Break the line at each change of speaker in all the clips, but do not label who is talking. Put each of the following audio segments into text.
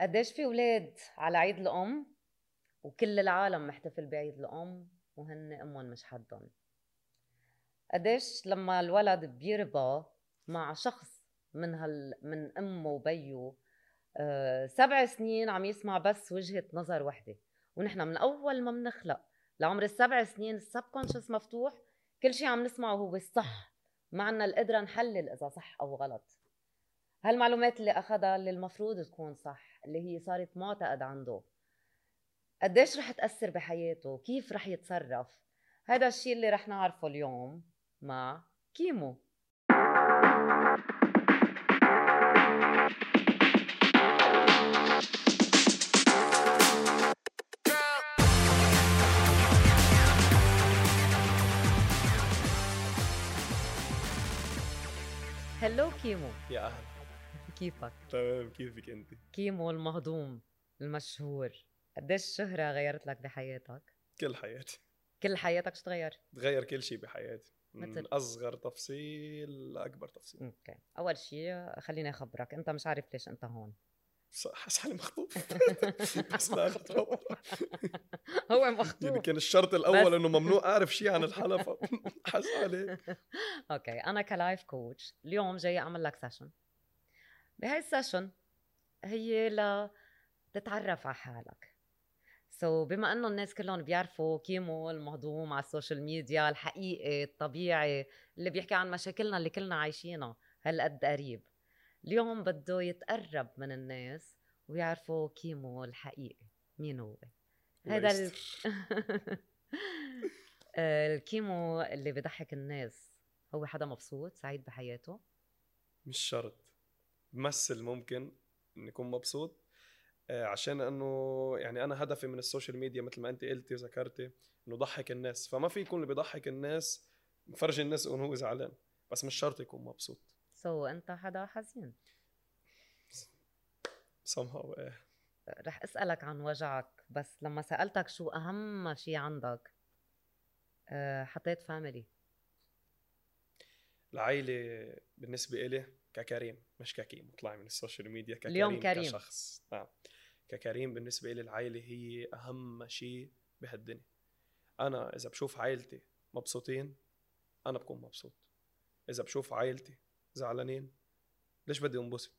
قديش في اولاد على عيد الام وكل العالم محتفل بعيد الام وهن امهم مش حدهم قديش لما الولد بيربى مع شخص من هال من امه وبيه آه، سبع سنين عم يسمع بس وجهه نظر وحده ونحن من اول ما بنخلق لعمر السبع سنين السبكونشس مفتوح كل شيء عم نسمعه هو الصح ما عنا القدره نحلل اذا صح او غلط هالمعلومات اللي اخذها اللي المفروض تكون صح اللي هي صارت معتقد عنده قديش رح تاثر بحياته كيف رح يتصرف هذا الشيء اللي رح نعرفه اليوم مع كيمو هلو كيمو
يا اهلا
كيفك
تمام كيفك انت؟
كيمو المهضوم المشهور قديش الشهرة غيرت لك بحياتك؟
كل حياتي
كل حياتك شو تغير؟
تغير كل شيء بحياتي من
مثل؟
اصغر تفصيل لاكبر تفصيل
اوكي اول شيء خليني اخبرك انت مش عارف ليش انت هون
بس حاسس حالي مخطوب بس لا أتطور.
هو
يعني
مخطوب
كان الشرط
بس.
الاول انه ممنوع اعرف شيء عن الحلقه حاسس حالي
اوكي انا كلايف كوتش اليوم جاي اعمل لك سيشن بهاي السيشن هي ل تتعرف على حالك سو so, بما انه الناس كلهم بيعرفوا كيمو المهضوم على السوشيال ميديا الحقيقي الطبيعي اللي بيحكي عن مشاكلنا اللي كلنا عايشينها هالقد قريب اليوم بده يتقرب من الناس ويعرفوا كيمو الحقيقي مين هو هذا ال- آه، الكيمو اللي بضحك الناس هو حدا مبسوط سعيد بحياته
مش شرط بمثل ممكن اني اكون مبسوط آه، عشان انه يعني انا هدفي من السوشيال ميديا مثل ما انت قلتي وذكرتي انه ضحك الناس فما في يكون اللي بيضحك الناس مفرجي الناس انه هو زعلان بس مش شرط يكون مبسوط
سو انت حدا حزين
somehow آه.
رح اسالك عن وجعك بس لما سالتك شو اهم شيء عندك آه، حطيت فاميلي
العائلة بالنسبة إلي ككريم مش ككيم طلع من السوشيال ميديا ككريم
اليوم كريم.
كشخص نعم ككريم بالنسبة إلي العائلة هي أهم شيء بهالدنيا أنا إذا بشوف عائلتي مبسوطين أنا بكون مبسوط إذا بشوف عائلتي زعلانين ليش بدي أنبسط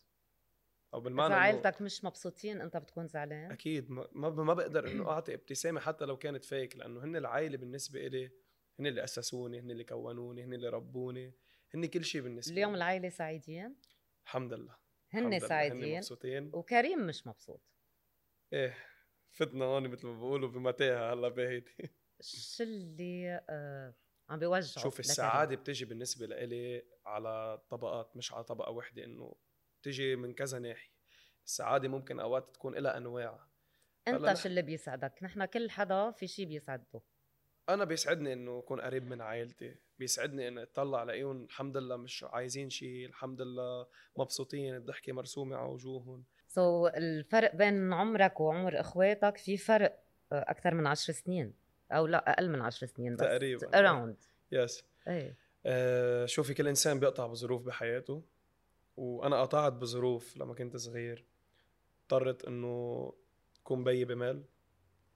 أو بالمعنى
اذا
إنه
عائلتك مش مبسوطين انت بتكون زعلان
اكيد ما ما ما بقدر انه اعطي ابتسامه حتى لو كانت فيك لانه هن العائله بالنسبه إلي هن اللي اسسوني هن اللي كونوني هن اللي ربوني هن كل شيء بالنسبه
اليوم
لي.
العائله سعيدين
الحمد لله الحمد
هن
لله. هن
سعيدين
مبسوطين
وكريم مش مبسوط
ايه فتنا هون مثل ما بقولوا بمتاهه هلا بهيدي
شو اللي آه، عم بيوجعه
شوف
لكريم؟
السعاده بتجي بالنسبه لإلي على طبقات مش على طبقه وحده انه بتجي من كذا ناحيه السعاده ممكن اوقات تكون لها انواع هلا
انت
نحن-
شو اللي بيسعدك نحن كل حدا في شيء بيسعده
انا بيسعدني انه اكون قريب من عائلتي بيسعدني اني اطلع عليهم الحمد لله مش عايزين شيء الحمد لله مبسوطين الضحكه مرسومه على وجوههم
سو so, الفرق بين عمرك وعمر اخواتك في فرق اكثر من عشر سنين او لا اقل من عشر سنين بس
تقريباً. آه.
اراوند
يس
ايه
آه شوفي كل انسان بيقطع بظروف بحياته وانا قطعت بظروف لما كنت صغير اضطرت انه كون بيي بمال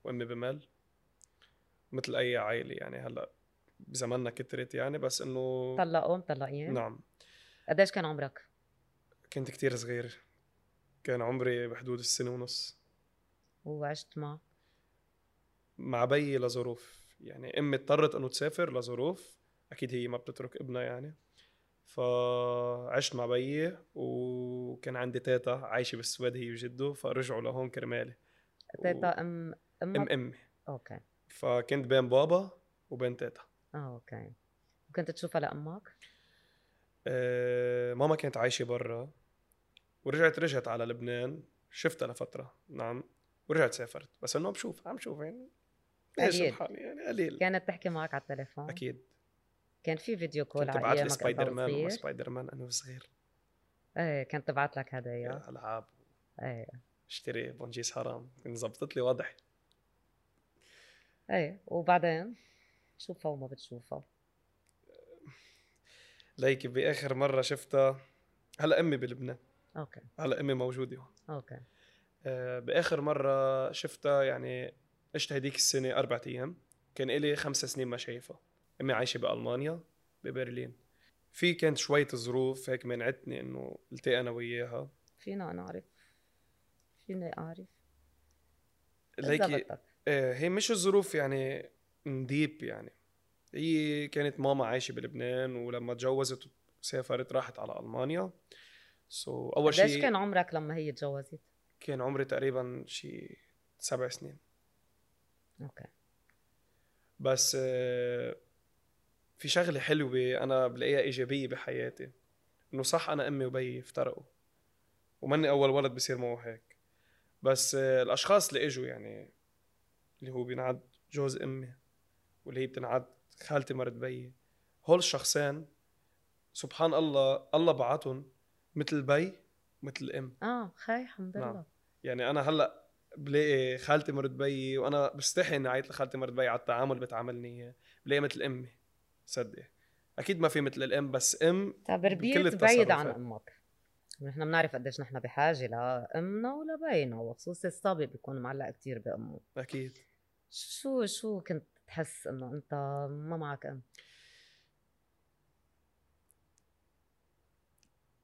وامي بمال مثل اي عائله يعني هلا بزماننا كترت يعني بس انه
طلقوا مطلقين
نعم
قديش كان عمرك؟
كنت كتير صغير كان عمري بحدود السنه ونص
وعشت مع
مع بيي لظروف يعني امي اضطرت انه تسافر لظروف اكيد هي ما بتترك ابنها يعني فعشت مع بيي وكان عندي تيتا عايشه بالسويد هي وجده فرجعوا لهون كرمالي
تيتا ام
ام
امك؟
امي
اوكي
فكنت بين بابا وبين تيتا
اه اوكي وكنت تشوفها لامك؟
أه ماما كانت عايشه برا ورجعت رجعت على لبنان شفتها لفتره نعم ورجعت سافرت بس انه بشوف عم شوف يعني ليش
قليل.
حالي يعني قليل
كانت تحكي معك على التليفون؟
اكيد
كان في فيديو كول
كنت
على
ابعت
ايامك
لي سبايدر مان وما
وصغير؟
سبايدر مان انا صغير
ايه كانت تبعت لك هدايا
العاب
ايه
اشتري بونجيس حرام زبطت لي واضح
ايه وبعدين شوفها وما بتشوفها
ليك باخر مره شفتها هلا امي بلبنان
اوكي
هلا امي موجوده هون
اوكي
آه، باخر مره شفتها يعني عشت هديك السنه اربع ايام كان الي خمس سنين ما شايفها امي عايشه بالمانيا ببرلين في كانت شوية ظروف هيك منعتني انه التقي انا وياها
فينا نعرف فيني اعرف إذا
ليكي
بدك.
آه، هي مش الظروف يعني نديب يعني هي كانت ماما عايشة بلبنان ولما تجوزت وسافرت راحت على ألمانيا سو so, أول
قديش
شيء
كان
كان...
عمرك لما هي تجوزت؟
كان عمري تقريبا شي سبع سنين
اوكي
بس آه، في شغلة حلوة أنا بلاقيها إيجابية بحياتي إنه صح أنا أمي وبيي افترقوا ومني أول ولد بصير معه هيك بس آه، الأشخاص اللي إجوا يعني اللي هو بينعد جوز أمي واللي هي بتنعد خالتي مرت بيي هول الشخصين سبحان الله الله بعتهم مثل بي مثل أم
اه خي الحمد
نعم.
لله
يعني انا هلا بلاقي خالتي مرت بيي وانا بستحي اني اعيط لخالتي مرت بيي على التعامل بتعاملني اياه بلاقي مثل امي صدق اكيد ما في مثل الام بس ام
طب ربيت
طيب، بكل
بعيد عن
التصرفات.
امك نحن بنعرف قديش نحن بحاجه لامنا ولبينا وخصوصي الصبي بيكون معلق كتير بامه
اكيد
شو شو كنت تحس انه انت ما معك ام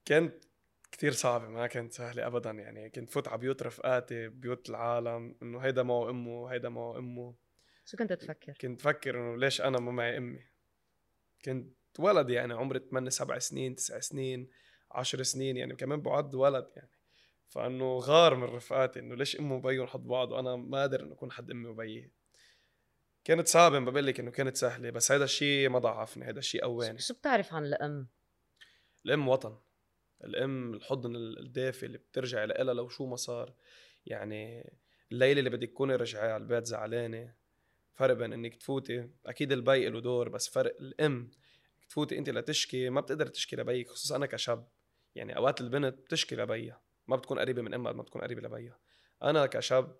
كانت كثير صعبة ما كانت سهلة أبدا يعني كنت فوت على بيوت رفقاتي بيوت العالم إنه هيدا معه أمه وهيدا معه أمه
شو كنت تفكر
كنت فكر إنه ليش أنا ما معي أمي كنت ولد يعني عمري 8 7 سنين 9 سنين 10 سنين يعني كمان بعد ولد يعني فانه غار من رفقاتي انه ليش امه وبيي حد بعض وانا ما قادر انه اكون حد امي وبيي كانت صعبه ما بقول لك انه كانت سهله بس هذا الشيء ما ضعفني هذا الشيء قواني
شو بتعرف عن الام
الام وطن الام الحضن الدافي اللي بترجع لها لو شو ما صار يعني الليله اللي بدك تكوني رجعي على البيت زعلانه فرق بين انك تفوتي اكيد البي له دور بس فرق الام تفوتي انت لتشكي ما بتقدر تشكي لبيك خصوصا انا كشاب يعني اوقات البنت بتشكي لبيها ما بتكون قريبه من امها قد ما بتكون قريبه لبيها انا كشاب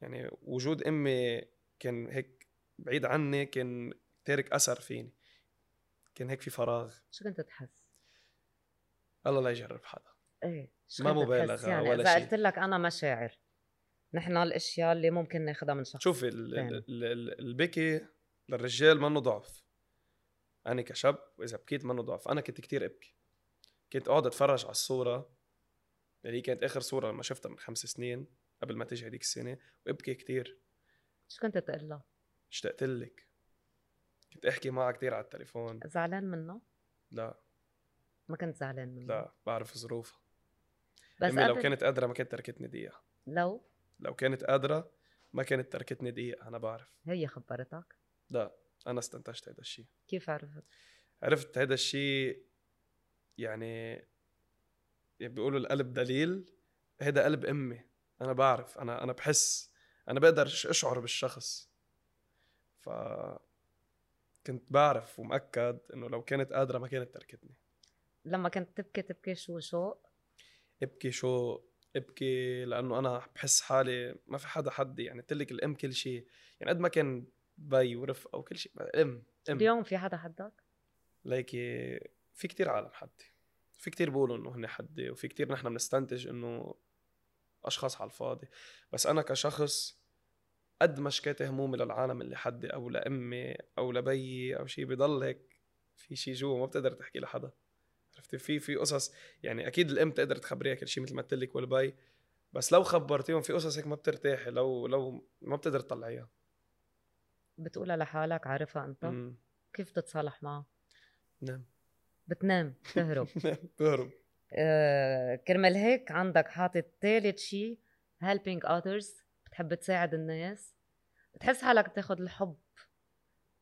يعني وجود امي كان هيك بعيد عني كان تارك اثر فيني كان هيك في فراغ
شو كنت تحس
الله لا يجرب حدا
ايه شو
ما
كنت
مبالغة
تحس؟ يعني
ولا
اذا
شيء.
قلت لك انا مشاعر نحن الاشياء اللي ممكن ناخذها من شخص
شوفي ال-
فعلا.
ال- ال- البكي للرجال منه ضعف انا كشاب واذا بكيت منه ضعف انا كنت كتير ابكي كنت اقعد اتفرج على الصوره اللي هي كانت اخر صوره لما شفتها من خمس سنين قبل ما تيجي هديك السنه وابكي كتير
شو كنت تقول لها
اشتقت لك كنت احكي معها كتير على التليفون
زعلان منه
لا
ما كنت زعلان منه
لا بعرف ظروفها
بس
امي لو
قبل-
كانت قادره ما كانت تركتني دقيقه
لو
لو كانت قادره ما كانت تركتني دقيقه انا بعرف
هي خبرتك
لا انا استنتجت هذا الشيء
كيف عرفت
عرفت هذا الشيء يعني بيقولوا القلب دليل هذا قلب امي انا بعرف انا انا بحس انا بقدر أش- اشعر بالشخص ف كنت بعرف ومأكد انه لو كانت قادره ما كانت تركتني
لما كنت تبكي تبكي شو شوق
ابكي شو ابكي لانه انا بحس حالي ما في حدا حدي يعني قلت لك الام كل شيء يعني قد ما كان بي ورفقه وكل شيء ام ام
اليوم في حدا حدك
ليكي في كتير عالم حدي في كتير بيقولوا انه هن حدي وفي كتير نحن بنستنتج انه اشخاص على الفاضي بس انا كشخص قد ما شكيت همومي للعالم اللي حدي او لامي او لبيي او شيء بضل هيك في شيء جوا ما بتقدر تحكي لحدا عرفتي في في قصص يعني اكيد الام تقدر تخبريها كل شيء مثل ما قلت لك والبي بس لو خبرتيهم في قصص هيك ما بترتاحي لو لو ما بتقدر تطلعيها
بتقولها لحالك عارفها انت
أمم،
كيف بتتصالح معها
نعم
بتنام بتهرب
بهرب
آه، كرمال هيك عندك حاطط ثالث شيء helping others بتحب تساعد الناس بتحس حالك بتاخد الحب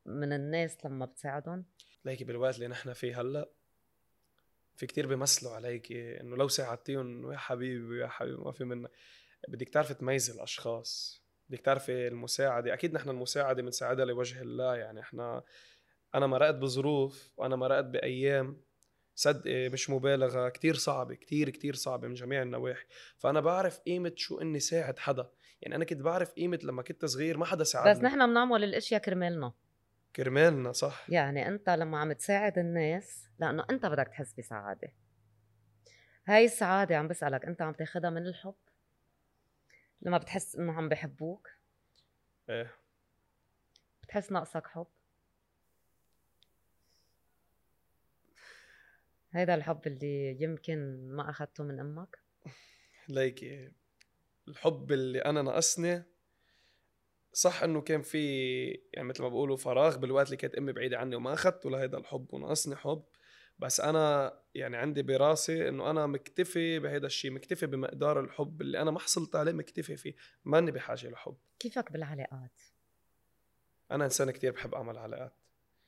من الناس لما بتساعدهم
ليكي بالوقت اللي نحن فيه هلا في كتير بيمثلوا عليكي انه لو ساعدتيهم يا حبيبي يا حبيبي ما في منك بدك تعرفي تميزي الاشخاص بدك تعرفي المساعده اكيد نحن المساعده بنساعدها لوجه الله يعني احنا انا مرقت بظروف وانا مرقت بايام صدقي مش مبالغه كتير صعبه كتير كتير صعبه من جميع النواحي فانا بعرف قيمه شو اني ساعد حدا يعني انا كنت بعرف قيمه لما كنت صغير ما حدا ساعدني
بس نحن بنعمل الاشياء كرمالنا
كرمالنا صح
يعني انت لما عم تساعد الناس لانه انت بدك تحس بسعاده هاي السعاده عم بسالك انت عم تاخدها من الحب لما بتحس انه عم بحبوك
ايه
بتحس ناقصك حب هيدا الحب اللي يمكن ما اخذته من امك
ليكي الحب اللي انا نقصني صح انه كان في يعني مثل ما بقولوا فراغ بالوقت اللي كانت امي بعيده عني وما اخذته لهيدا الحب ونقصني حب بس انا يعني عندي براسي انه انا مكتفي بهيدا الشيء مكتفي بمقدار الحب اللي انا ما حصلت عليه مكتفي فيه ماني بحاجه لحب
كيفك بالعلاقات
انا انسان كتير بحب اعمل علاقات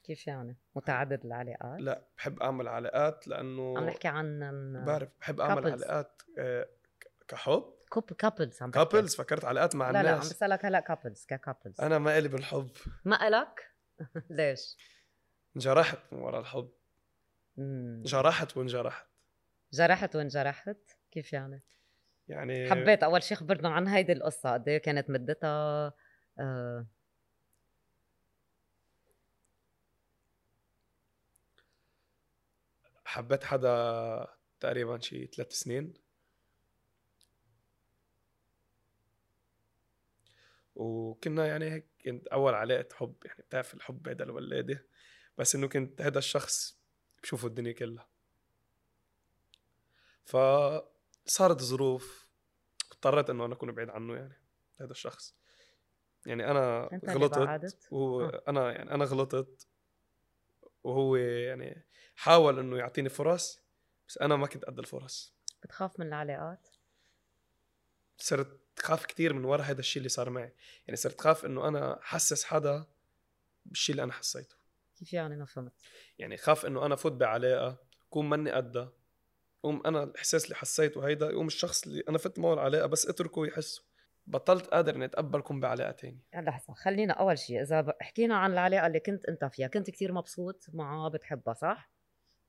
كيف يعني متعدد العلاقات
لا بحب اعمل علاقات لانه
عم نحكي عن عن
بعرف بحب اعمل
إيه؟ couples.
علاقات آه، ك- كحب
كوب كابلز عم بحكي.
كابلز فكرت علاقات مع
لا لا عم
الناس
بسالك هلا كابلز ككابلز
انا ما الي بالحب
ما الك ليش
انجرحت من ورا الحب
مم.
جرحت وانجرحت
جرحت وانجرحت كيف يعني
يعني
حبيت اول شيء خبرنا عن هيدي القصه قد ايه كانت مدتها آه،
حبيت حدا تقريبا شي ثلاث سنين وكنا يعني هيك كنت اول علاقه حب يعني بتعرف الحب هيدا الولاده بس انه كنت هذا الشخص بشوفه الدنيا كلها فصارت ظروف اضطريت انه انا اكون بعيد عنه يعني هذا الشخص يعني انا
أنت اللي
غلطت
بعدت؟
وهو
آه.
انا يعني انا غلطت وهو يعني حاول انه يعطيني فرص بس انا ما كنت قد الفرص
بتخاف من العلاقات
صرت خاف كتير من ورا هذا الشيء اللي صار معي يعني صرت خاف انه انا حسس حدا بالشيء اللي انا حسيته
كيف يعني ما فهمت
يعني خاف انه انا فوت بعلاقه كون ماني قدها قوم انا الاحساس اللي حسيته هيدا يقوم الشخص اللي انا فت معه العلاقه بس اتركه يحسه بطلت قادر اني اتقبل كون بعلاقه تانية
لحظة خلينا أول شيء إذا ب- حكينا عن العلاقة اللي كنت أنت فيها كنت كتير مبسوط معه بتحبها صح؟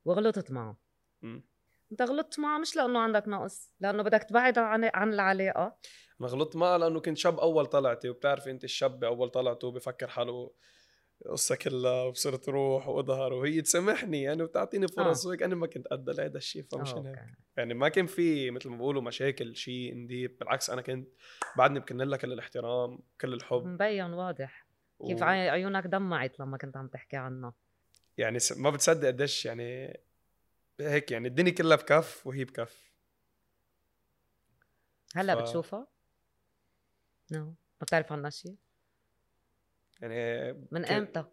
وغلطت معه
أمم.
أنت غلطت معه مش لأنه عندك نقص لأنه بدك تبعد عن عن العلاقة
انا غلطت معها لانه كنت شاب اول طلعتي وبتعرفي انت الشاب باول طلعته بفكر حاله قصة كلها وبصرت روح واظهر وهي تسامحني يعني وبتعطيني فرص وهيك انا ما كنت قد لهذا الشيء فمشان هيك
آه. أوكي.
يعني ما كان في مثل ما بقولوا مشاكل شيء انديب بالعكس انا كنت بعدني بكن لها كل الاحترام كل الحب
مبين واضح كيف
و-
عي- عيونك دمعت لما كنت عم تحكي عنه
يعني س- ما بتصدق قديش يعني هيك يعني الدنيا كلها بكف وهي بكف
هلا
ف-
بتشوفها؟ نو ما بتعرف عنها شيء؟
يعني
من
كان-
امتى؟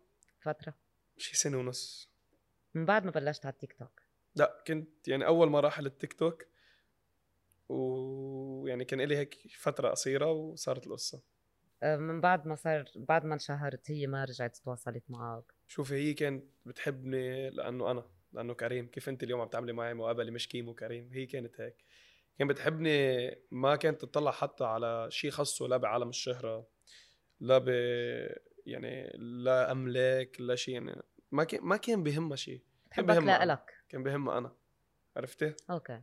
فترة
شي سنه ونص
من بعد ما بلشت على التيك توك
لا كنت يعني اول مراحل التيك توك ويعني كان لي هيك فتره قصيره وصارت القصه
آه، من بعد ما صار بعد ما انشهرت هي ما رجعت تواصلت معك
شوفي هي كانت بتحبني لانه انا لانه كريم كيف انت اليوم عم تعملي معي مقابله مش كيمو كريم هي كانت هيك كانت بتحبني ما كانت تطلع حتى على شيء خاصه لا بعالم الشهره لا ب يعني لا املاك لا شيء يعني ما كان ما كان بهمها شيء
بحبك
بهمها.
لإلك
كان بهمها انا عرفتي
اوكي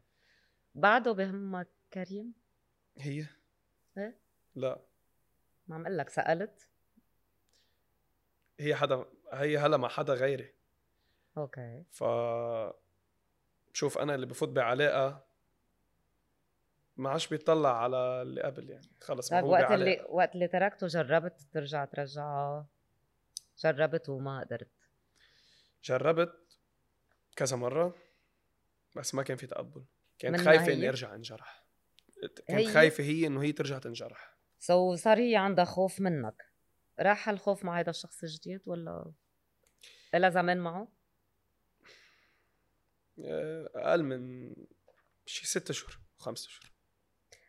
بعده بهمك كريم
هي
إيه؟
لا
ما عم اقول لك سالت
هي حدا هي هلا مع حدا غيري
اوكي
ف بشوف انا اللي بفوت بعلاقه ما عادش بيطلع على اللي قبل يعني خلص ما
طيب
هو
وقت
بعلاقة.
اللي وقت اللي تركته جربت ترجع ترجعه جربت وما قدرت
جربت كذا مره بس ما كان في تقبل كانت
منها
خايفه
هي؟
اني ارجع انجرح كانت
هي؟
خايفه هي انه هي ترجع تنجرح
سو صار هي عندها خوف منك راح الخوف مع هذا الشخص الجديد ولا إلها زمان معه
آه، اقل من شي ست اشهر خمس اشهر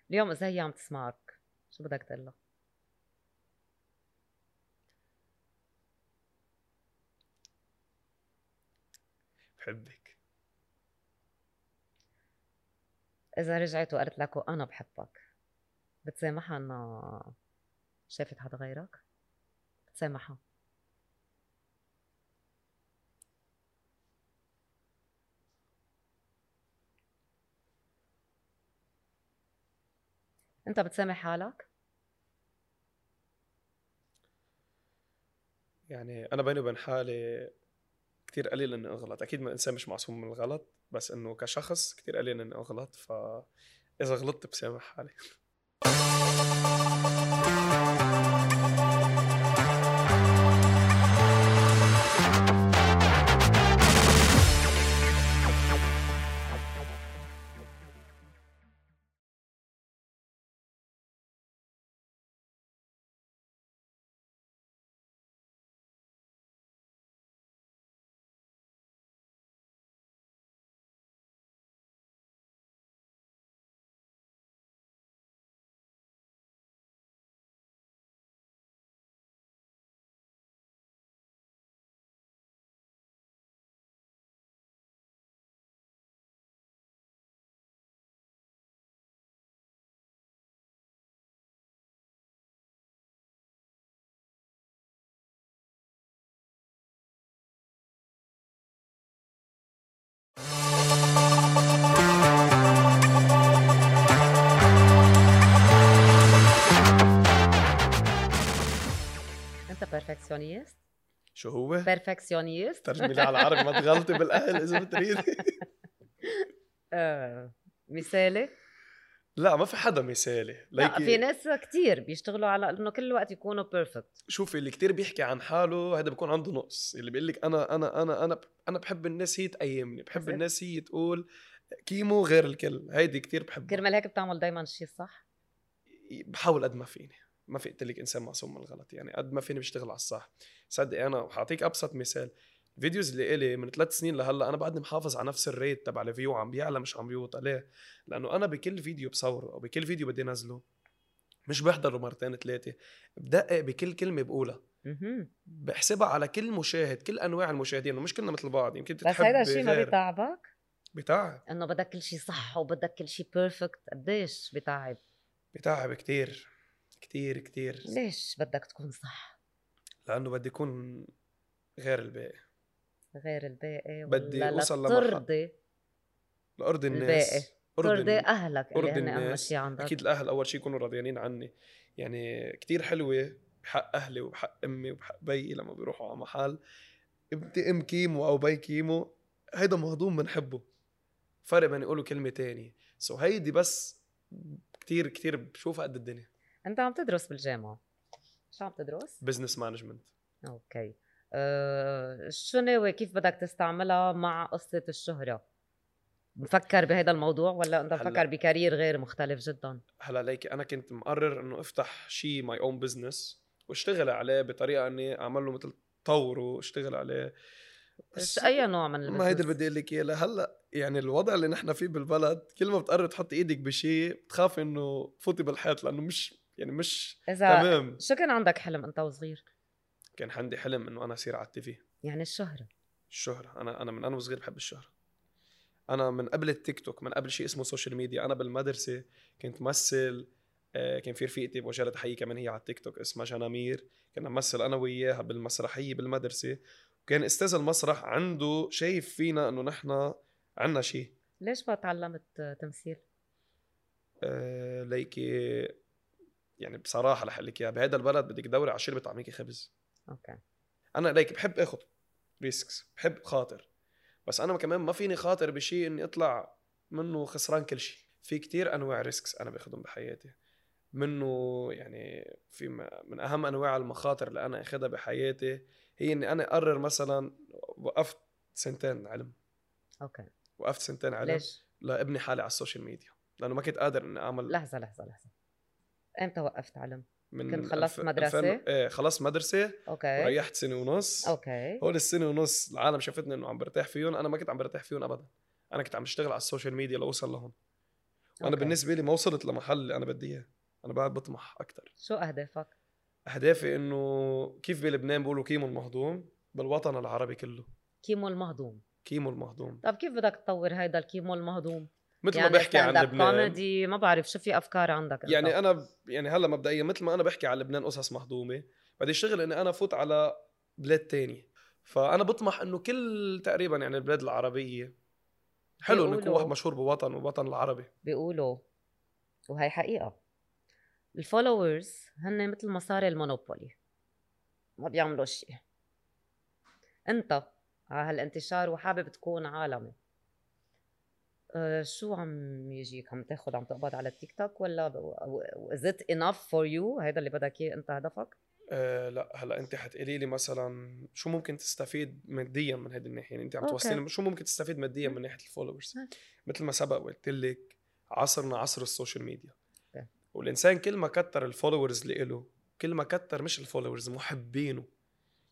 اليوم اذا هي عم تسمعك شو بدك تقول لها
بحبك
اذا رجعت وقالت لك وانا بحبك بتسامحها انها شافت حدا غيرك بتسامحها انت بتسامح حالك
يعني انا بيني وبين حالي كتير قليل اني اغلط اكيد ما الانسان مش معصوم من الغلط بس انه كشخص كتير قليل اني اغلط ف اذا غلطت بسامح حالي
انت بيرفكسيونيست
شو هو؟
بيرفكسيونيست
ترجمي لي على العربي ما تغلطي بالاهل اذا بتريدي
آه. مثالي
لا ما في حدا مثالي
لا في
ليكي
ناس كتير بيشتغلوا على انه كل الوقت يكونوا بيرفكت
شوفي اللي كتير بيحكي عن حاله هذا بيكون عنده نقص اللي بيقول لك انا انا انا انا انا بحب الناس هي تقيمني بحب
بالظبط.
الناس هي تقول كيمو غير الكل هيدي كتير بحبها
كرمال هيك بتعمل دايما الشيء الصح
بحاول قد ما فيني ما في قلت لك انسان معصوم من الغلط يعني قد ما فيني بشتغل على الصح صدقي انا وحاعطيك ابسط مثال الفيديوز اللي الي من ثلاث سنين لهلا انا بعدني محافظ على نفس الريت تبع الفيو عم بيعلى مش عم بيوطى ليه؟ لانه انا بكل فيديو بصوره او بكل فيديو بدي نزله مش بحضره مرتين ثلاثه بدقق بكل كلمه بقولها
مهم.
بحسبها على كل مشاهد كل انواع المشاهدين انه مش كلنا مثل بعض يمكن
بس
تتحب
هيدا الشيء ما
غير.
بيتعبك
بتعب
انه بدك كل شيء صح وبدك كل شيء بيرفكت قديش بتعب
بتعب كتير كتير كتير
ليش بدك تكون صح
لانه بدي اكون غير الباقي
غير الباقي
بدي
ولا
أوصل لمرحلة-
ترضي
لارضي
الباقي.
الناس
ترضي
ارضي
اهلك اللي
أرضي
هن اهم
الناس.
شيء عندك
اكيد الاهل اول شيء يكونوا راضيانين عني يعني كتير حلوه بحق اهلي وبحق امي وبحق بيي لما بيروحوا على محل ابتي ام كيمو او بي كيمو هيدا مهضوم بنحبه فرق بين يقولوا كلمه تانية سو هيدي بس كتير كتير بشوفها قد الدنيا
انت عم تدرس بالجامعه شو عم تدرس؟
بزنس مانجمنت
اوكي أه شو ناوي كيف بدك تستعملها مع قصه الشهره؟ مفكر بهذا الموضوع ولا انت
هلا-
مفكر بكارير غير مختلف جدا؟
هلا ليكي انا كنت مقرر انه افتح شيء ماي اون بزنس واشتغل عليه بطريقه اني اعمل له مثل طوره اشتغل عليه بس-
شو اي نوع من
ما هيدا اللي
البزنس؟
بدي اقول لك اياه لهلا يعني الوضع اللي نحن فيه بالبلد كل ما بتقرر تحط ايدك بشيء بتخاف انه تفوتي بالحيط لانه مش يعني مش
اذا
تمام
شو كان عندك حلم انت وصغير؟
كان عندي حلم انه انا اصير على التي في
يعني الشهره
الشهره انا انا من انا وصغير بحب الشهره انا من قبل التيك توك من قبل شيء اسمه سوشيال ميديا انا بالمدرسه كنت مثل آه، كان في رفيقتي بوجهها تحيه كمان هي على التيك توك اسمها جنامير كنا نمثل انا وياها بالمسرحيه بالمدرسه وكان استاذ المسرح عنده شايف فينا انه نحن عنا شيء
ليش ما تعلمت آه، تمثيل؟
آه، ليكي يعني بصراحه رح اقول لك اياها بهذا البلد بدك تدوري على شربة عميكي خبز
اوكي
انا ليكي بحب اخذ ريسكس بحب خاطر بس انا كمان ما فيني خاطر بشيء اني اطلع منه خسران كل شيء في كتير انواع ريسكس انا باخذهم بحياتي منه يعني في م- من اهم انواع المخاطر اللي انا اخذها بحياتي هي اني انا اقرر مثلا وقفت سنتين علم
اوكي
وقفت سنتين علم
ليش؟
لابني حالي على السوشيال ميديا لانه ما كنت قادر اني اعمل
لحظه لحظه لحظه امتى وقفت علم؟
من
كنت خلصت مدرسة؟ إيه.
ايه خلصت مدرسه
اوكي
وريحت سنه ونص
اوكي
هول السنه ونص العالم شافتني انه عم برتاح فيهم انا ما كنت عم برتاح فيهم ابدا انا كنت عم بشتغل على السوشيال ميديا لاوصل لهون وانا
أوكي.
بالنسبه لي ما وصلت لمحل اللي انا بدي اياه انا بعد بطمح اكثر
شو اهدافك؟
اهدافي انه كيف بلبنان بيقولوا كيمو المهضوم بالوطن العربي كله
كيمو المهضوم
كيمو المهضوم
طب كيف بدك تطور هيدا الكيمو المهضوم؟
مثل ما بحكي عن
يعني stand-up
لبنان
comedy، ما بعرف شو في افكار عندك انت؟
يعني انا ب- يعني هلا مبدئيا مثل ما انا بحكي على لبنان قصص مهضومه بدي اشتغل اني انا فوت على بلاد تانية فانا بطمح انه كل تقريبا يعني البلاد العربيه حلو انه يكون
بيقولوا-
واحد مشهور بوطن وبطن العربي
بيقولوا وهي حقيقه الفولورز هن مثل مصاري المونوبولي ما بيعملوا شيء انت على هالانتشار وحابب تكون عالمي آه، شو عم يجيك عم تاخد عم تقبض على التيك توك ولا is it enough for you هذا اللي بدك اياه انت هدفك
أه لا هلا انت حتقولي لي مثلا شو ممكن تستفيد ماديا من هذه الناحيه يعني انت عم
أوكي.
توصليني شو ممكن تستفيد ماديا من ناحيه الفولورز
أه.
مثل ما سبق وقلت لك عصرنا عصر السوشيال ميديا
أوكي.
والانسان كل ما كتر الفولورز اللي له كل ما كتر مش الفولورز محبينه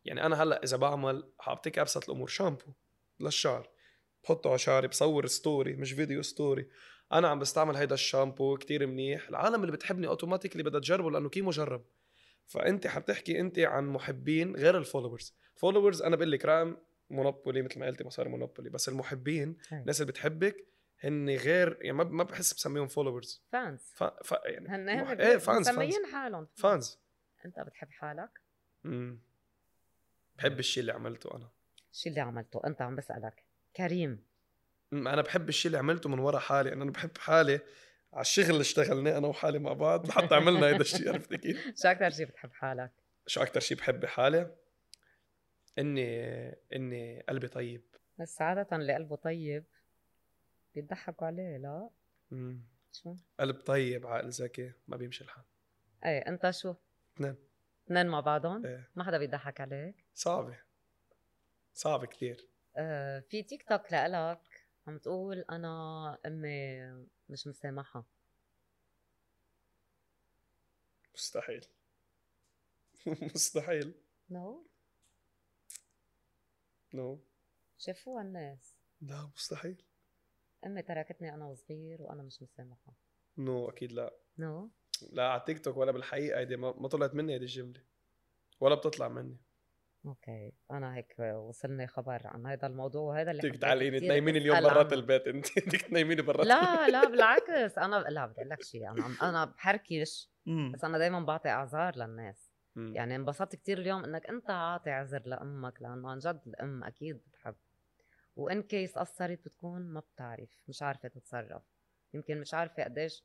يعني انا هلا اذا بعمل حاعطيك ابسط الامور شامبو للشعر بحطه على شعري بصور ستوري مش فيديو ستوري انا عم بستعمل هيدا الشامبو كتير منيح العالم اللي بتحبني اوتوماتيكلي بدها تجربه لانه كي مجرب فانت حبتحكي انت عن محبين غير الفولورز فولورز انا بقول لك رقم مونوبولي مثل ما قلتي مصاري مونوبولي بس المحبين
أي.
الناس اللي بتحبك هن غير يعني ما ما بحس بسميهم فولورز
فانس
ف... ف... يعني
هن
مح-
هن
ايه فانز فانز
مسميين حالهم
فانز
انت بتحب حالك
مم. بحب الشيء اللي عملته انا
شو اللي عملته انت عم بسالك كريم
مم، انا بحب الشيء اللي عملته من ورا حالي انا بحب حالي على الشغل اللي اشتغلناه انا وحالي مع بعض لحتى عملنا هذا الشيء عرفتي كيف؟
شو اكثر شيء بتحب حالك
شو اكثر شيء بحب حالي؟ اني اني قلبي طيب
بس عادة اللي قلبه طيب بيضحكوا عليه لا
مم.
شو؟
قلب طيب عقل ذكي ما بيمشي الحال
ايه انت شو؟
اثنين.
اثنين مع بعضهم؟
ايه
ما حدا بيضحك عليك؟
صعبة صعبة كثير
آه في تيك توك لإلك عم تقول انا امي مش مسامحة
مستحيل مستحيل
نو
نو
شافوها الناس
لا مستحيل
امي تركتني انا وصغير وانا مش مسامحة
نو اكيد لا
نو
لا على تيك توك ولا بالحقيقة هيدي ما ما طلعت مني هيدي الجملة ولا بتطلع مني
اوكي انا هيك وصلني خبر عن هذا الموضوع وهذا اللي
بدك
حبيت
تعلقيني
كتير
تنيميني اليوم
أسأل
برات
عنه.
البيت انت بدك تنيميني برات
لا لا بالعكس انا لا بدي اقول لك شيء انا عم- انا بحركش
مم.
بس انا دائما بعطي اعذار للناس
مم.
يعني انبسطت كتير اليوم انك انت عاطي عذر لامك لانه عن جد الام اكيد بتحب وان كيس قصرت بتكون ما بتعرف مش عارفه تتصرف يمكن مش عارفه قديش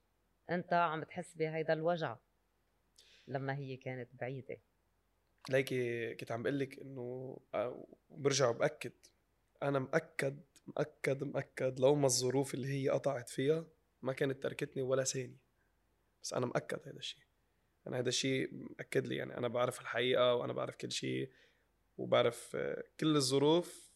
انت عم تحس بهيدا الوجع لما هي كانت بعيده
ليكي كنت عم بقول لك انه آه، برجع باكد انا مأكد مأكد مأكد لو ما الظروف اللي هي قطعت فيها ما كانت تركتني ولا ثانية بس انا مأكد هذا الشيء انا هذا الشيء مأكد لي يعني انا بعرف الحقيقة وانا بعرف كل شيء وبعرف آه، كل الظروف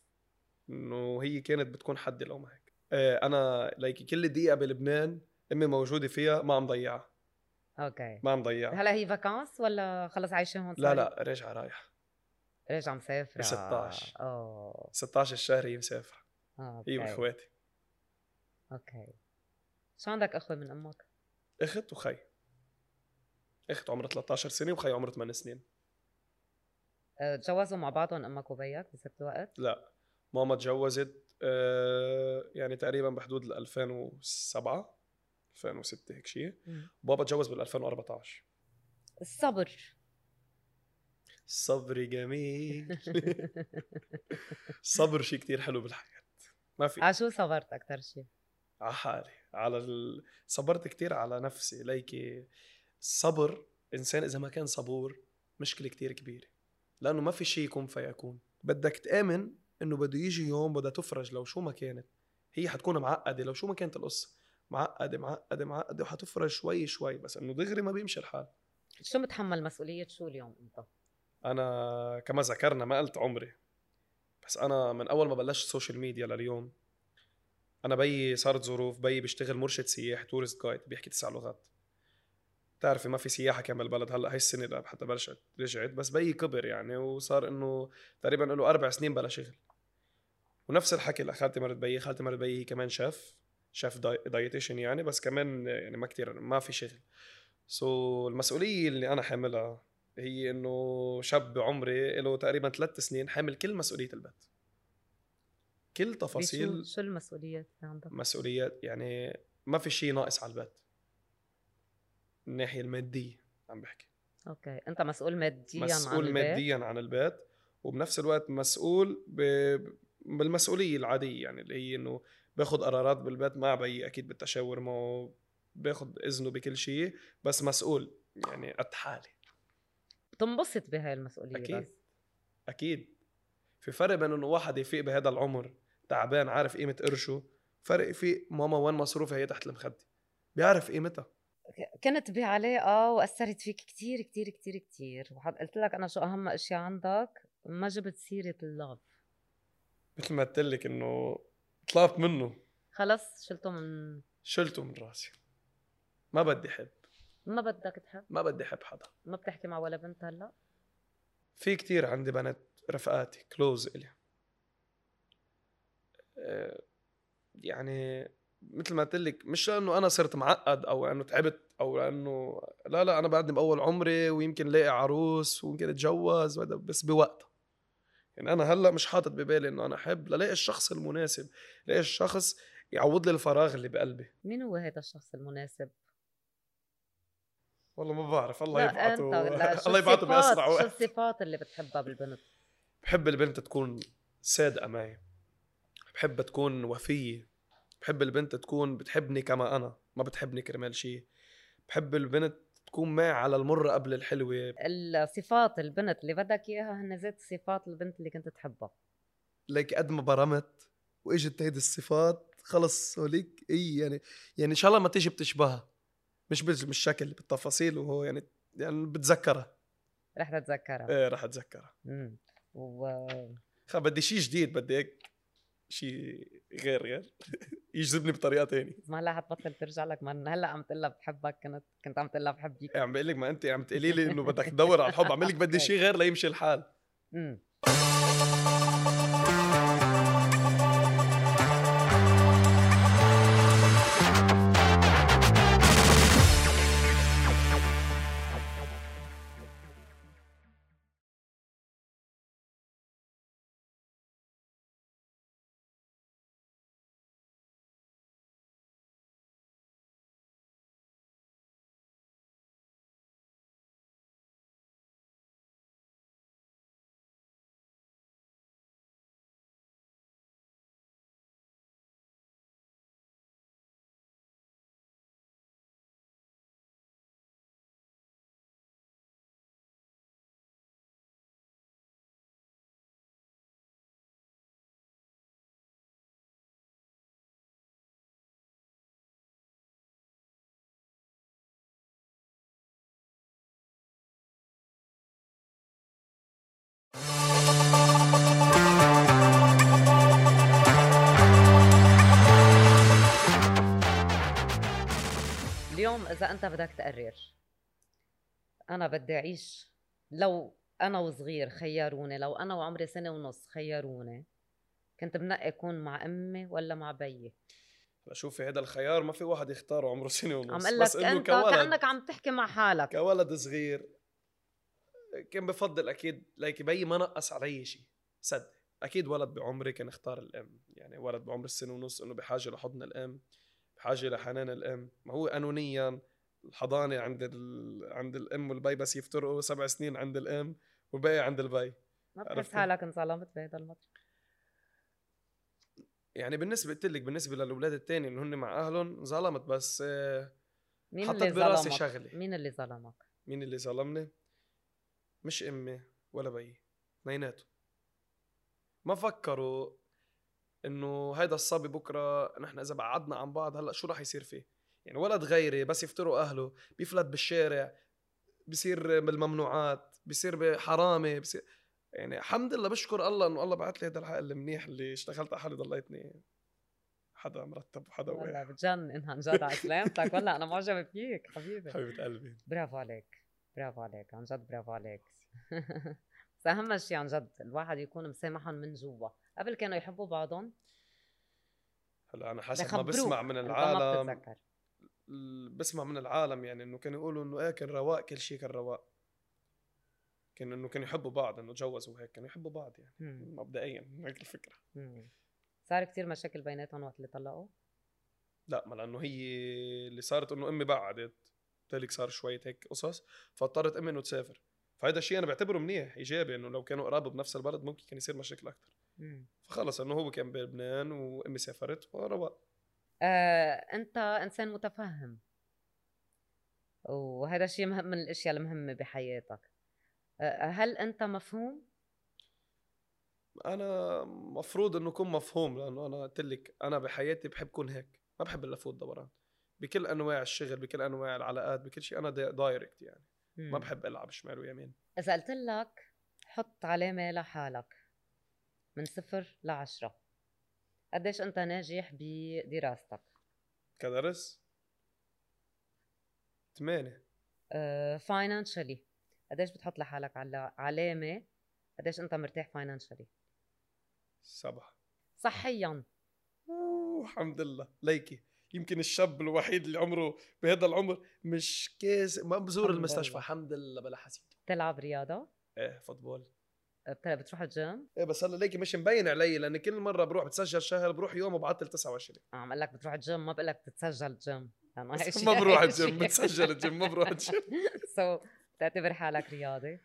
انه هي كانت بتكون حدي لو ما هيك آه، انا ليكي كل دقيقة بلبنان امي موجودة فيها ما عم ضيعها
اوكي
ما عم ضيعها
هلا هي فاكانس ولا خلص عايشه هون
لا
صار؟
لا راجعة رايحة
راجعه مسافره
16.
اه
16 الشهر هي مسافرة
آه،
هي
اوكي
واخواتي
اوكي شو عندك اخوه من امك؟
اخت وخي اخت عمرها 13 سنه وخي عمره 8 سنين
آه، تجوزوا مع بعضهم امك وبيك بست وقت؟
لا ماما تجوزت آه، يعني تقريبا بحدود ال 2007 2006 هيك شيء بابا تجوز بال 2014
الصبر
الصبر جميل الصبر شيء كتير حلو بالحياه ما في
على شو صبرت اكثر شيء؟
على حالي على ال... صبرت كتير على نفسي ليكي الصبر انسان اذا ما كان صبور مشكله كتير كبيره لانه ما في شيء يكون فيكون بدك تامن انه بده يجي يوم بدها تفرج لو شو ما كانت هي حتكون معقده لو شو ما كانت القصه معقده معقده معقده وحتفرج شوي شوي بس انه دغري ما بيمشي الحال
شو متحمل مسؤوليه شو اليوم انت؟
انا كما ذكرنا ما قلت عمري بس انا من اول ما بلشت سوشيال ميديا لليوم انا بيي صارت ظروف بيي بيشتغل مرشد سياح تورست جايد بيحكي تسع لغات بتعرفي ما في سياحه كان بالبلد هلا هاي السنه لا حتى بلشت رجعت بس بيي كبر يعني وصار انه تقريبا له اربع سنين بلا شغل ونفس الحكي لخالتي مرت بيي خالتي مرت بيي كمان شاف شاف داي- دايتيشن يعني بس كمان يعني ما كتير ما في شغل سو so, المسؤوليه اللي انا حاملها هي انه شاب بعمري له تقريبا ثلاث سنين حامل كل مسؤوليه البيت كل
بشو
تفاصيل
شو المسؤوليات اللي عندك؟
مسؤوليات يعني ما في شيء ناقص على البيت من الناحيه الماديه عم بحكي
اوكي انت مسؤول ماديا عن
مسؤول
البيت؟
ماديا عن البيت وبنفس الوقت مسؤول ب... بالمسؤوليه العاديه يعني اللي هي انه باخذ قرارات بالبيت مع بيي اكيد بالتشاور معه باخذ اذنه بكل شيء بس مسؤول يعني قد حالي
بتنبسط بهاي المسؤوليه
أكيد.
بس
اكيد في فرق بين انه واحد يفيق بهذا العمر تعبان عارف قيمه قرشه فرق في ماما وين مصروفها هي تحت المخده بيعرف قيمتها
كنت بعلاقة وأثرت فيك كتير كتير كتير كتير وحط قلت لك أنا شو أهم أشياء عندك ما جبت سيرة اللوف
مثل ما قلت لك انه طلعت منه
خلص شلته من
شلته من راسي ما بدي حب
ما بدك تحب
ما بدي حب حدا
ما بتحكي مع ولا بنت هلا
في كتير عندي بنات رفقاتي كلوز إلي آه، يعني مثل ما قلت لك مش لانه انا صرت معقد او لانه تعبت او لانه لا لا انا بعدني باول عمري ويمكن لاقي عروس ويمكن اتجوز وهذا بس بوقتها يعني انا هلا مش حاطط ببالي انه انا احب للاقي الشخص المناسب لاقي الشخص يعوض لي الفراغ اللي بقلبي
مين هو هذا الشخص المناسب
والله ما بعرف الله
لا،
يبعته
أنت- لا، شو
الله يبعته
الصفات-
باسرع
شو
وقت
الصفات اللي بتحبها بالبنت
بحب البنت تكون صادقة معي بحب تكون وفية بحب البنت تكون بتحبني كما أنا ما بتحبني كرمال شيء بحب البنت تكون معي على المرة قبل الحلوة
الصفات البنت اللي بدك اياها هن ذات صفات البنت اللي كنت تحبها
لك قد ما برمت واجت هيدي الصفات خلص هوليك اي يعني يعني ان شاء الله ما تيجي بتشبهها مش بال- بالشكل بالتفاصيل وهو يعني يعني بتذكرها
رح تتذكرها
ايه رح اتذكرها
امم و...
خ- بدي شيء جديد بدي هيك شيء غير غير يجذبني بطريقة تانية
ما لا حتبطل ترجع لك ما إن هلا عم تقلها بحبك كنت كنت عم تقلها بحبك
إيه، عم بقول لك ما انت عم تقولي لي انه بدك تدور على الحب عم لك بدي شيء غير ليمشي الحال
امم اليوم اذا انت بدك تقرر انا بدي اعيش لو انا وصغير خيروني لو انا وعمري سنه ونص خيروني كنت بنقي اكون مع امي ولا مع بيي
هلا شوفي هذا الخيار ما في واحد يختاره عمره سنه ونص
عم اقول
بس
لك
انه
انت
كولد
كانك عم تحكي مع حالك
كولد صغير كان بفضل اكيد ليك بيي ما نقص علي شيء صدق اكيد ولد بعمري كان اختار الام يعني ولد بعمر السنه ونص انه بحاجه لحضن الام بحاجه لحنان الام ما هو قانونيا الحضانه عند ال... عند الام والبي بس يفترقوا سبع سنين عند الام والباقي عند البي
ما
عرفت.
بتحس حالك انظلمت بهذا الموضوع
يعني بالنسبه قلت لك بالنسبه للاولاد الثاني اللي هن مع اهلهم ظلمت بس آه،
مين
حطت
اللي
براسي
ظلمك
شغله
مين اللي ظلمك
مين اللي ظلمني مش امي ولا بيي اثنيناتهم ما فكروا انه هيدا الصبي بكره نحن اذا بعدنا عن بعض هلا شو رح يصير فيه يعني ولد غيري بس يفتروا اهله بيفلت بالشارع بصير بالممنوعات بصير بحرامي بصير يعني الحمد لله بشكر الله انه الله بعت لي هذا الحق المنيح اللي اشتغلت على حالي ضليتني حدا مرتب وحدا
والله
واعي
بتجنن عن جد على سلامتك والله انا معجبه فيك حبيبي
حبيبه قلبي
برافو عليك برافو عليك عن جد برافو عليك بس اهم شيء عن جد الواحد يكون مسامحهم من جوا قبل كانوا يحبوا بعضهم
هلا انا حسب ما
بخبروك.
بسمع من
أنت ما
العالم
بتتذكر
ال- بسمع من العالم يعني انه كانوا يقولوا انه ايه كان رواق كل شيء كان رواق كان انه كانوا يحبوا بعض انه تجوزوا وهيك كانوا يحبوا بعض يعني
مم.
مبدئيا هيك الفكره
مم. صار كتير مشاكل بيناتهم وقت اللي طلقوا
لا ما لانه هي اللي صارت انه امي بعدت تلك صار شويه هيك قصص فاضطرت امي انه تسافر فهذا الشيء انا بعتبره منيح ايجابي انه لو كانوا قراب بنفس البلد ممكن كان يصير مشاكل اكثر
مم.
فخلص انه هو كان بلبنان وامي سافرت ورواق
آه، انت انسان متفهم وهذا شيء مهم من الاشياء المهمه بحياتك آه، هل انت مفهوم
انا مفروض انه اكون مفهوم لانه انا قلت لك انا بحياتي بحب كون هيك ما بحب اللفوت دوران بكل انواع الشغل بكل انواع العلاقات بكل شيء انا دا- دايركت يعني ما بحب العب شمال ويمين
اذا قلت لك حط علامه لحالك من صفر لعشرة قديش انت ناجح بدراستك
كدرس ثمانية
فاينانشالي آه، قديش بتحط لحالك على علامه قديش انت مرتاح فاينانشالي
سبعة
صحيا
أوه، الحمد لله ليكي يمكن الشاب الوحيد اللي عمره بهذا العمر مش كاس ما بزور
الحمد
المستشفى
لله.
الحمد لله بلا حسيد
بتلعب رياضه
ايه فوتبول
بت- بتروح الجيم
ايه بس هلا ليكي مش مبين علي لان كل مره بروح بتسجل شهر بروح يوم وبعطل 29
عم اقول لك بتروح الجيم ما بقول لك بتتسجل الجيم لأنه هاي
بس
شي-
ما بروح
هاي
الجيم
شي.
بتسجل الجيم ما بروح الجيم
سو بتعتبر حالك رياضي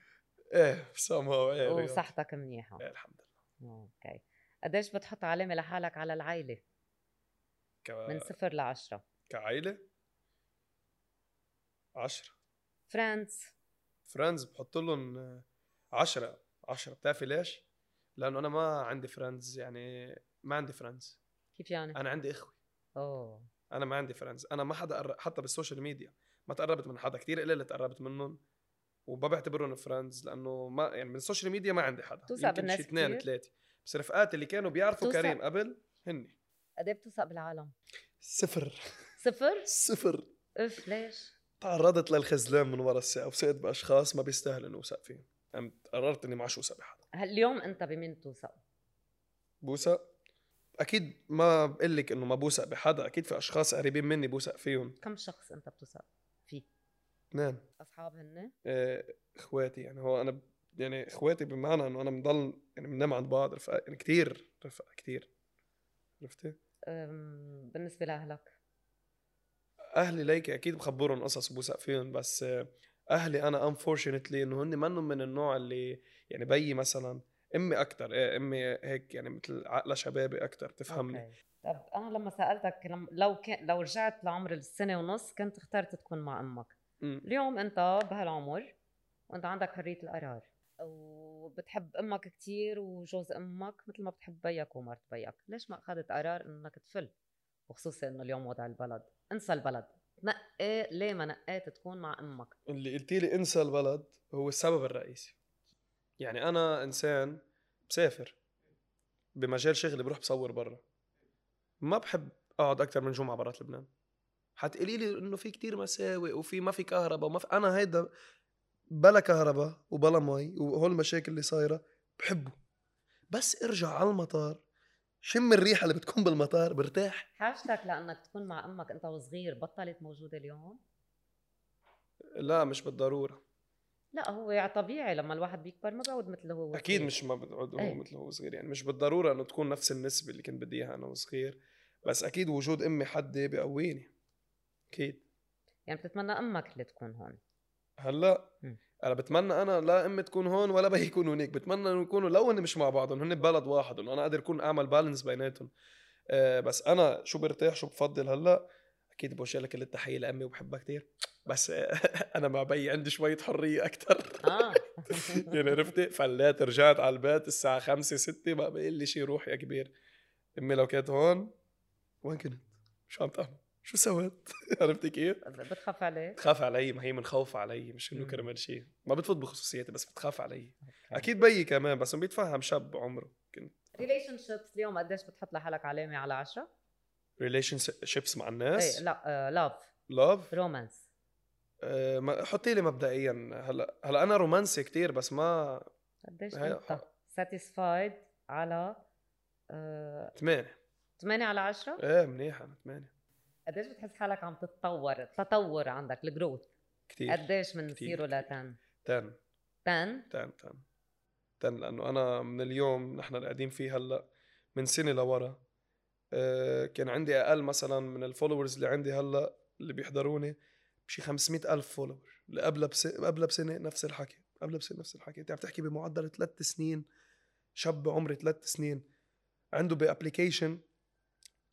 ايه سامو ايه رياضي.
وصحتك منيحه
ايه الحمد لله
اوكي قديش بتحط علامه لحالك على العائله
ك...
من صفر لعشرة
كعائله 10
فريندز
فريندز بحط لهم 10 10 بتعرفي ليش؟ لانه انا ما عندي فريندز يعني ما عندي فريندز
كيف يعني؟
انا عندي اخوه
اوه
انا ما عندي فريندز انا ما حدا قر... حتى بالسوشيال ميديا ما تقربت من حدا كثير قليل اللي تقربت منهم وما بعتبرهم فريندز لانه ما يعني من السوشيال ميديا ما عندي حدا
بتوثق بالناس
شي اثنين
كتير؟
ثلاثه بس رفقاتي اللي كانوا بيعرفوا
بتوثق؟
كريم قبل هني
قد ايه بتوثق بالعالم؟
صفر
صفر؟
صفر
اف ليش؟
تعرضت للخذلان من ورا الثقه وثقت باشخاص ما بيستاهلوا انه اوثق فيهم قمت قررت اني ما عادش اوثق بحدا
هل اليوم انت بمين بتوثق؟
بوثق اكيد ما بقول لك انه ما بوثق بحدا اكيد في اشخاص قريبين مني بوثق فيهم
كم شخص انت بتوثق فيه؟
اثنين
اصحاب هن؟
آه، اخواتي يعني هو انا ب- يعني اخواتي بمعنى انه انا بنضل يعني بننام عند بعض رفقه يعني كثير رفقه كثير عرفتي؟
أم، بالنسبه لاهلك
اهلي ليك اكيد بخبرهم قصص وبوثق فيهم بس آه، اهلي انا انفورشنتلي انه هن منهم من النوع اللي يعني بيي مثلا امي اكثر ايه امي هيك يعني مثل عقلها شبابي اكثر تفهمني
أوكي. طب انا لما سالتك لم- لو كان لو رجعت لعمر السنه ونص كنت اخترت تكون مع امك،
مم.
اليوم انت بهالعمر وانت عندك حريه القرار وبتحب امك كتير وجوز امك مثل ما بتحب بيك ومرت بيك ليش ما اخذت قرار انك تفل وخصوصا انه اليوم وضع البلد انسى البلد نقي ليه ما نقيت تكون مع امك
اللي قلتي لي انسى البلد هو السبب الرئيسي يعني انا انسان بسافر بمجال شغلي بروح بصور برا ما بحب اقعد اكثر من جمعه برات لبنان حتقولي لي انه في كتير مساوئ وفي ما في كهرباء وما في انا هيدا بلا كهرباء وبلا مي وهول المشاكل اللي صايره بحبه بس ارجع على المطار شم الريحه اللي بتكون بالمطار برتاح
حاجتك لانك تكون مع امك انت وصغير بطلت موجوده اليوم
لا مش بالضروره
لا هو طبيعي لما الواحد بيكبر ما بيعود مثل هو
اكيد
وصغير.
مش ما بتعود
إيه.
هو مثل هو صغير يعني مش بالضروره انه تكون نفس النسبه اللي كنت بدي اياها انا وصغير بس اكيد وجود امي حدي بقويني اكيد
يعني بتتمنى امك اللي تكون هون
هلا
مم.
انا بتمنى انا لا امي تكون هون ولا بي يكون هناك بتمنى انه يكونوا لو هن مش مع بعضهم هن ببلد واحد انه انا اقدر اكون اعمل بالانس بيناتهم آه بس انا شو برتاح شو بفضل هلا اكيد بوجه لك كل التحيه لامي وبحبها كثير بس آه انا مع بي عندي شويه حريه اكثر
اه
يعني عرفتي فلات رجعت على البيت الساعة خمسة ستة ما بقول لي شي روح يا كبير امي لو كانت هون وين كنت؟ شو عم تعمل؟ شو سويت؟ عرفتي كيف؟
بتخاف عليه
بتخاف علي ما هي من خوف علي مش انه
مم.
كرمال شي ما بتفوت بخصوصياتي بس بتخاف علي اكيد بيي كمان بس إنه بيتفهم شاب عمره كنت
ريليشن شيبس اليوم قديش بتحط لحالك علامه على عشرة؟
ريليشن شيبس مع
ايه
الناس
لا لاف
لاف
رومانس
آه، ما- حطي لي مبدئيا هلا هلا انا رومانسي كتير بس ما
قديش
هي-
انت ساتيسفايد على آه،
ثمانية
8 على 10
ايه منيحة أنا ثمانية
قديش بتحس حالك عم تتطور التطور عندك الجروث
كتير
قديش من
كتير،
0 ل 10
تن
10
تان تان تان لانه انا من اليوم نحن اللي قاعدين فيه هلا من سنه لورا آه، كان عندي اقل مثلا من الفولورز اللي عندي هلا اللي بيحضروني بشي 500 الف فولور اللي قبلها بس... قبلها بسنه نفس الحكي قبلها بسنه نفس الحكي انت عم تحكي بمعدل ثلاث سنين شاب عمري ثلاث سنين عنده بابليكيشن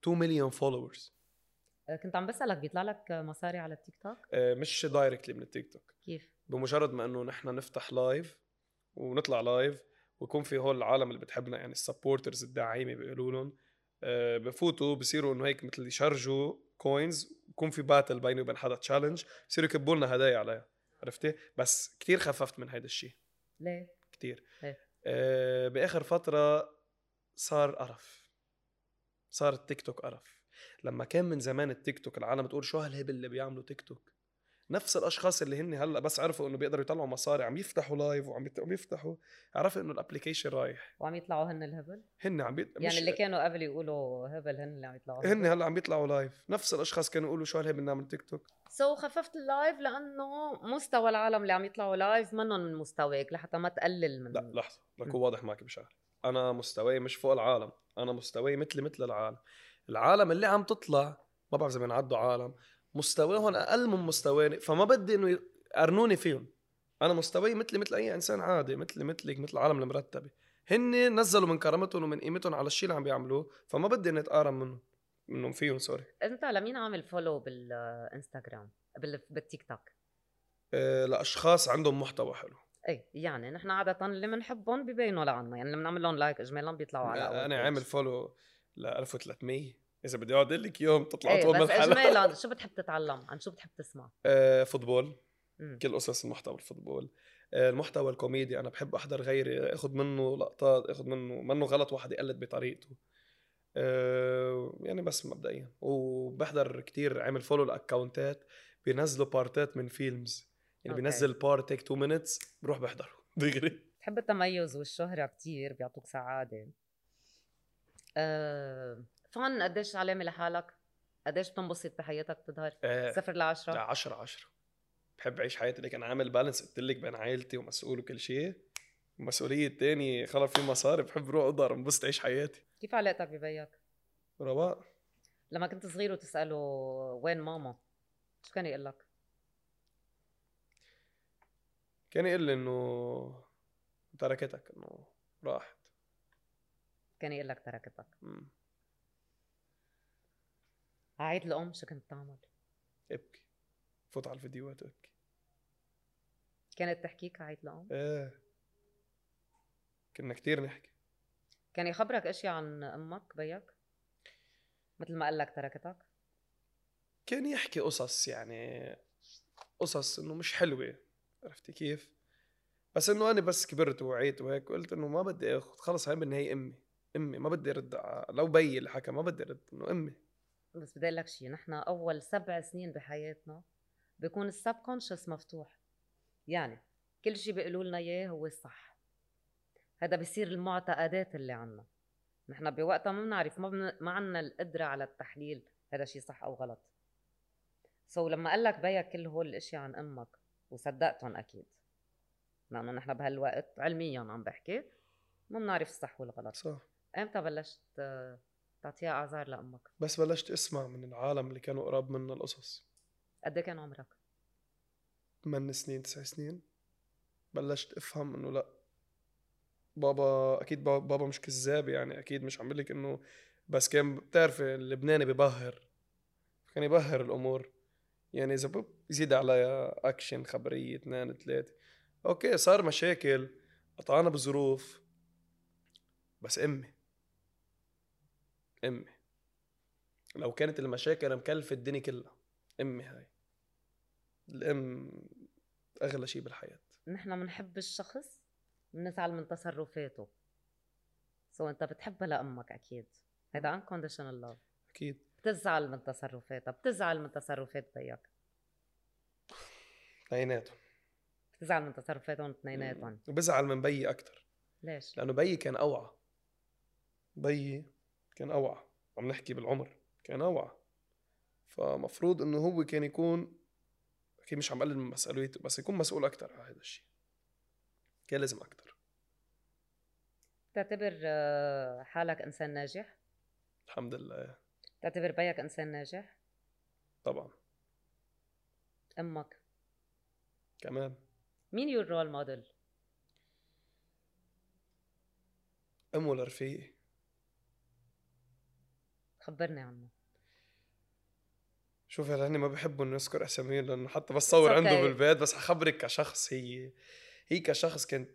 2 مليون فولورز
آه، كنت عم بسالك بيطلع لك مصاري على التيك توك
آه، مش دايركتلي من التيك توك
كيف
بمجرد ما انه نحن نفتح لايف ونطلع لايف ويكون في هول العالم اللي بتحبنا يعني السبورترز الداعمه بيقولوا لهم آه، بفوتوا بصيروا انه هيك مثل يشرجوا كوينز بكون في باتل بيني وبين حدا تشالنج بصيروا يكبوا لنا هدايا عليها عرفتي بس كتير خففت من هيدا الشيء
ليه؟
كتير
إيه.
آه باخر فتره صار قرف صار التيك توك قرف لما كان من زمان التيك توك العالم تقول شو هالهبل اللي بيعملوا تيك توك نفس الاشخاص اللي هن هلا بس عرفوا انه بيقدروا يطلعوا مصاري عم يفتحوا لايف وعم يت- عم يفتحوا عرفوا انه الابلكيشن رايح
وعم يطلعوا هن الهبل؟
هن عم بيت...
يعني اللي كانوا قبل يقولوا هبل هن اللي عم يطلعوا
هن هلا عم يطلعوا لايف نفس الاشخاص كانوا يقولوا شو هالهبل نعمل تيك توك
سو so, خففت اللايف لانه مستوى العالم اللي عم يطلعوا لايف منهم من مستواك لحتى ما تقلل من
لا لحظه لكون واضح معك بشغله انا مستواي مش فوق العالم انا مستواي مثلي مثل العالم العالم اللي عم تطلع ما بعرف اذا بينعدوا عالم مستواهم اقل من مستواني فما بدي انه يقارنوني فيهم انا مستواي مثلي مثل اي انسان عادي مثلي مثلك مثل العالم المرتبه هن نزلوا من كرامتهم ومن قيمتهم على الشيء اللي عم بيعملوه فما بدي اني اتقارن منهم منهم فيهم سوري
انت لمين عامل فولو بالانستغرام بال... بالتيك توك
أه لاشخاص عندهم محتوى حلو
اي يعني نحن عاده اللي بنحبهم ببينوا لعنا يعني اللي بنعمل لهم لايك اجمالا بيطلعوا على أول
انا
page.
عامل فولو ل 1300 اذا بدي اقعد لك يوم تطلع
ايه
طول
بس
الحلقه
اجمالا شو بتحب تتعلم عن شو بتحب تسمع
آه، فوتبول
مم.
كل قصص المحتوى الفوتبول آه، المحتوى الكوميدي انا بحب احضر غيري اخذ منه لقطات اخذ منه منه غلط واحد يقلد بطريقته آه، يعني بس مبدئيا وبحضر كتير عامل فولو لاكونتات بينزلوا بارتات من فيلمز يعني
أوكي.
بينزل بارت هيك 2 مينتس بروح بحضره دغري
بتحب التميز والشهره كتير بيعطوك سعاده أه... فن قديش علامه لحالك قديش بتنبسط بحياتك بتظهر
آه،
صفر لعشرة
لا 10 10 بحب اعيش حياتي لكن عامل بالانس قلت لك بين عائلتي ومسؤول وكل شيء المسؤولية التاني خلص في مصاري بحب روح اقدر انبسط اعيش حياتي
كيف علاقتك ببيك
رواق
لما كنت صغير وتساله وين ماما شو كان يقول لك
كان يقول لي انه تركتك انه راحت
كان يقول لك تركتك
مم.
عيد الام شو كنت تعمل
ابكي فوت على الفيديوهات ابكي
كانت تحكيك عيد الام
ايه كنا كتير نحكي
كان يخبرك اشياء عن امك بيك مثل ما قال لك تركتك
كان يحكي قصص يعني قصص انه مش حلوه عرفتي كيف بس انه انا بس كبرت ووعيت وهيك قلت انه ما بدي اخذ خلص هاي بالنهايه امي امي ما بدي ارد ع- لو بيي اللي حكى ما بدي ارد انه امي
بس بدي اقول لك شيء نحن اول سبع سنين بحياتنا بيكون السبكونشس مفتوح يعني كل شيء بيقولوا لنا اياه هو الصح هذا بصير المعتقدات اللي عنا نحن بوقتها ما بنعرف ما بن... ما عنا القدره على التحليل هذا شيء صح او غلط سو لما قال لك بيك كل هول الاشياء عن امك وصدقتهم اكيد لانه نحن بهالوقت علميا عم بحكي ما بنعرف الصح والغلط
صح
امتى بلشت آه، تعطيها اعذار لامك
بس بلشت اسمع من العالم اللي كانوا قراب منا القصص
قد إيه كان عمرك
ثمان سنين تسع سنين بلشت افهم انه لا بابا اكيد با- بابا مش كذاب يعني اكيد مش عم لك انه بس كان بتعرفي اللبناني ببهر كان يبهر الامور يعني اذا بب- يزيد عليها اكشن خبريه اثنين ثلاثه اوكي صار مشاكل قطعنا بظروف بس امي امي لو كانت المشاكل مكلفه الدنيا كلها امي هاي الام اغلى شيء بالحياه
نحن بنحب الشخص بنزعل من تصرفاته سو انت بتحبها لامك اكيد هذا unconditional love
اكيد
بتزعل من تصرفاتها بتزعل من تصرفات بيك
اثنيناتهم
بتزعل من تصرفاتهم اثنيناتهم
بزعل من بيي اكثر
ليش؟
لانه بيي كان اوعى بيي كان اوعى عم نحكي بالعمر كان اوعى فمفروض انه هو كان يكون اكيد مش عم بقلل من مسؤوليته بس يكون مسؤول اكثر على هذا الشيء كان لازم اكثر
بتعتبر آه، حالك انسان ناجح؟
الحمد لله
بتعتبر بيك انسان ناجح؟
طبعا
امك
كمان
مين يور رول موديل؟
امه لرفيقي
خبرني عنه
شوف هن ما بحبوا انه يذكر اساميهم لانه حتى بس صور عنده
okay.
بالبيت بس حخبرك كشخص هي هي كشخص كانت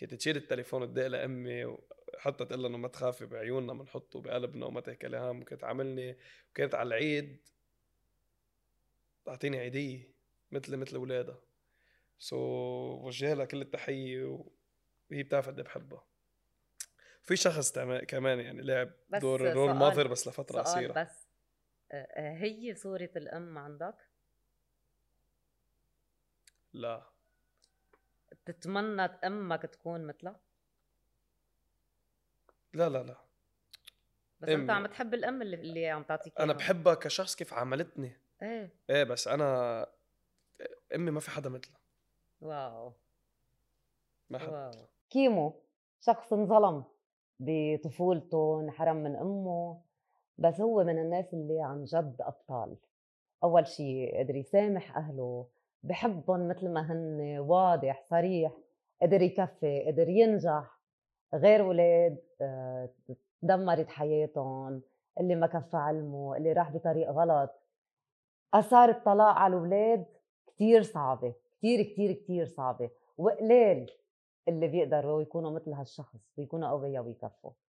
كنت تشيل التليفون وتدق لامي وحتى تقول لها انه ما تخافي بعيوننا بنحطه بقلبنا وما تحكي لي هم وكانت عاملني وكانت على العيد تعطيني عيديه مثل مثل اولادها سو وجه لها كل التحيه وهي بتعرف قد إيه بحبها في شخص تما- كمان يعني لعب
بس
دور رول
سؤال-
ماذر بس لفتره
سؤال
قصيره
بس آه، آه، هي صورة الأم عندك
لا
بتتمنى أمك تكون مثلها
لا لا لا
بس أنت
أمي.
عم تحب الأم اللي, اللي عم تعطيك
انا
إياها.
بحبها كشخص كيف عاملتني
إيه
ايه بس انا امي ما في حدا مثلها
واو
ما حدا
واو كيمو شخص انظلم بطفولته انحرم من امه بس هو من الناس اللي عن جد ابطال اول شيء قدر يسامح اهله بحبهم مثل ما هن واضح صريح قدر يكفي قدر ينجح غير ولاد آه، دمرت حياتهم اللي ما كفى علمه اللي راح بطريق غلط اثار الطلاق على الاولاد كتير صعبه كتير كتير كتير صعبه وقليل اللي بيقدروا يكونوا مثل هالشخص ويكونوا قوية ويكفوا